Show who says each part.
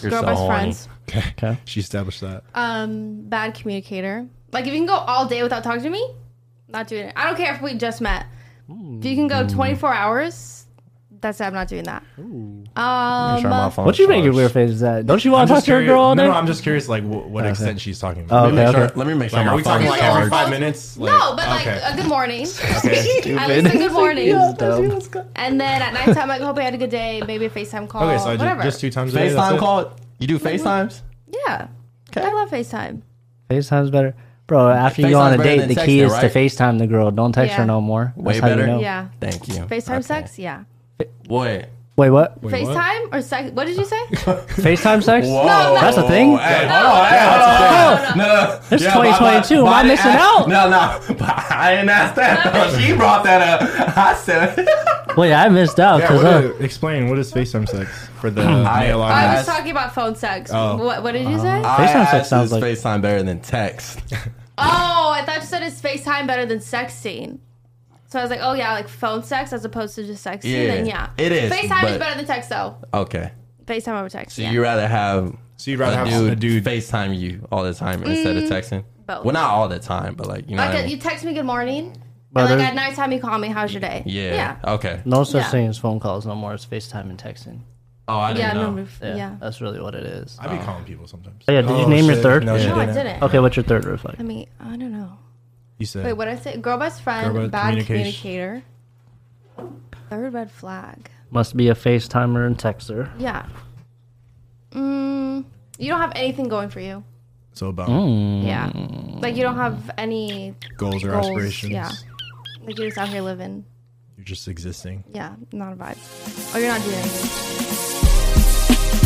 Speaker 1: You're
Speaker 2: Girl
Speaker 1: so
Speaker 2: best
Speaker 1: horny.
Speaker 2: friends.
Speaker 1: Okay.
Speaker 3: She established that.
Speaker 2: Um, bad communicator. Like if you can go all day without talking to me, not doing it. I don't care if we just met. If you can go
Speaker 3: Mm.
Speaker 2: 24 hours, that's it. I'm not doing that. Um,
Speaker 1: Charm off on
Speaker 4: What you make your
Speaker 1: flowers.
Speaker 4: weird faces at? Don't you want
Speaker 3: I'm
Speaker 4: to talk
Speaker 3: just
Speaker 4: to a
Speaker 3: curious-
Speaker 4: girl all
Speaker 3: no,
Speaker 4: day?
Speaker 3: no, I'm just curious, like, wh- what extent she's talking about.
Speaker 4: Oh, okay,
Speaker 1: Sure,
Speaker 4: okay.
Speaker 1: Let me make sure.
Speaker 3: Like,
Speaker 1: my
Speaker 3: are we
Speaker 1: phone
Speaker 3: talking
Speaker 1: is
Speaker 3: like every
Speaker 1: charged.
Speaker 3: five minutes? Like,
Speaker 2: no, but like
Speaker 3: okay.
Speaker 2: a good morning.
Speaker 3: okay.
Speaker 2: At least a good morning.
Speaker 4: Dumb.
Speaker 2: And then at nighttime, I hope I had a good day. Maybe a FaceTime call.
Speaker 3: Okay, so I
Speaker 2: whatever.
Speaker 3: just, just two times a day. that's
Speaker 1: FaceTime
Speaker 3: it?
Speaker 1: call. You do FaceTimes?
Speaker 2: yeah. I love FaceTime.
Speaker 4: FaceTime's better. Bro, after you go
Speaker 1: FaceTime's
Speaker 4: on a
Speaker 1: better
Speaker 4: date,
Speaker 1: than
Speaker 4: the key
Speaker 1: texting,
Speaker 4: is to
Speaker 1: right?
Speaker 4: FaceTime the girl. Don't text her
Speaker 2: Yeah.
Speaker 4: no more.
Speaker 1: Way
Speaker 4: That's how you
Speaker 1: better?
Speaker 4: know.
Speaker 2: Yeah.
Speaker 1: Thank you.
Speaker 2: FaceTime
Speaker 1: Okay.
Speaker 2: sex? Yeah.
Speaker 1: Wait.
Speaker 3: Wait,
Speaker 4: Wait, what?
Speaker 3: what? Oh,
Speaker 2: FaceTime or sex? What did you say?
Speaker 4: FaceTime sex?
Speaker 2: no.
Speaker 4: That's a thing?
Speaker 1: Oh, Hey,
Speaker 2: No,
Speaker 1: hold on, hey, hold on. No, no, no.
Speaker 4: It's
Speaker 1: Yeah, but-
Speaker 4: 2022. Am
Speaker 1: but-
Speaker 4: I
Speaker 1: but
Speaker 4: missing
Speaker 1: asked-
Speaker 4: out?
Speaker 1: No, no. But I didn't ask that. she brought that up. I said.
Speaker 4: Wait, I missed out.
Speaker 3: Yeah,
Speaker 4: 'cause,
Speaker 3: what
Speaker 4: uh,
Speaker 3: is- explain what is FaceTime sex for the male
Speaker 1: I-
Speaker 2: I
Speaker 3: audience?
Speaker 2: was talking about phone sex.
Speaker 3: Oh.
Speaker 2: What, what did you say?
Speaker 1: Uh-huh. I
Speaker 4: FaceTime sex
Speaker 1: asked,
Speaker 4: sounds
Speaker 1: is
Speaker 4: like-
Speaker 1: FaceTime better than text.
Speaker 2: Oh, I thought you said it's FaceTime better than sexting. So I was like, oh yeah, like phone sex as opposed to just sexting.
Speaker 1: Yeah,
Speaker 2: then yeah,
Speaker 1: it is,
Speaker 2: FaceTime is
Speaker 1: but-
Speaker 2: better than text though.
Speaker 1: Okay.
Speaker 2: FaceTime over text.
Speaker 1: So
Speaker 2: yeah.
Speaker 1: you rather have
Speaker 3: So you'd rather
Speaker 1: a,
Speaker 3: have
Speaker 1: dude
Speaker 3: a dude.
Speaker 1: FaceTime you all the time instead of texting?
Speaker 2: Mm, both.
Speaker 1: Well, not all the time, but like, you know.
Speaker 2: like
Speaker 1: what I
Speaker 2: uh,
Speaker 1: mean?
Speaker 2: you text me good morning,
Speaker 4: But
Speaker 2: and like
Speaker 4: there's-
Speaker 2: at nighttime you call me, how's your day?
Speaker 1: yeah. Okay.
Speaker 4: no such
Speaker 2: Yeah.
Speaker 4: thing as phone calls no more. It's FaceTime and texting.
Speaker 1: Oh, I
Speaker 2: yeah,
Speaker 1: didn't
Speaker 2: yeah.
Speaker 1: know.
Speaker 2: No, roof-
Speaker 4: Yeah,
Speaker 2: yeah.
Speaker 4: That's really what it is.
Speaker 3: I'd be calling people sometimes.
Speaker 4: Oh, yeah, did you name your third?
Speaker 3: No,
Speaker 4: Yeah.
Speaker 3: she
Speaker 2: No, I
Speaker 3: didn't.
Speaker 2: didn't.
Speaker 4: Okay, what's your third red flag?
Speaker 2: I mean, I don't know.
Speaker 3: You said.
Speaker 2: Wait, what did I say? Girl best friend,
Speaker 3: Girl best
Speaker 2: bad
Speaker 3: communication.
Speaker 2: communicator. Third red flag.
Speaker 4: Must be a FaceTimer and texter.
Speaker 2: Yeah. Mm, you don't have anything going for you.
Speaker 3: So about
Speaker 1: Mm.
Speaker 2: Yeah. Like you don't have any
Speaker 3: goals or
Speaker 2: goals,
Speaker 3: aspirations.
Speaker 2: yeah. like you're just out here living.
Speaker 3: You're just existing.
Speaker 2: Yeah, not a vibe. Oh, you're not doing anything.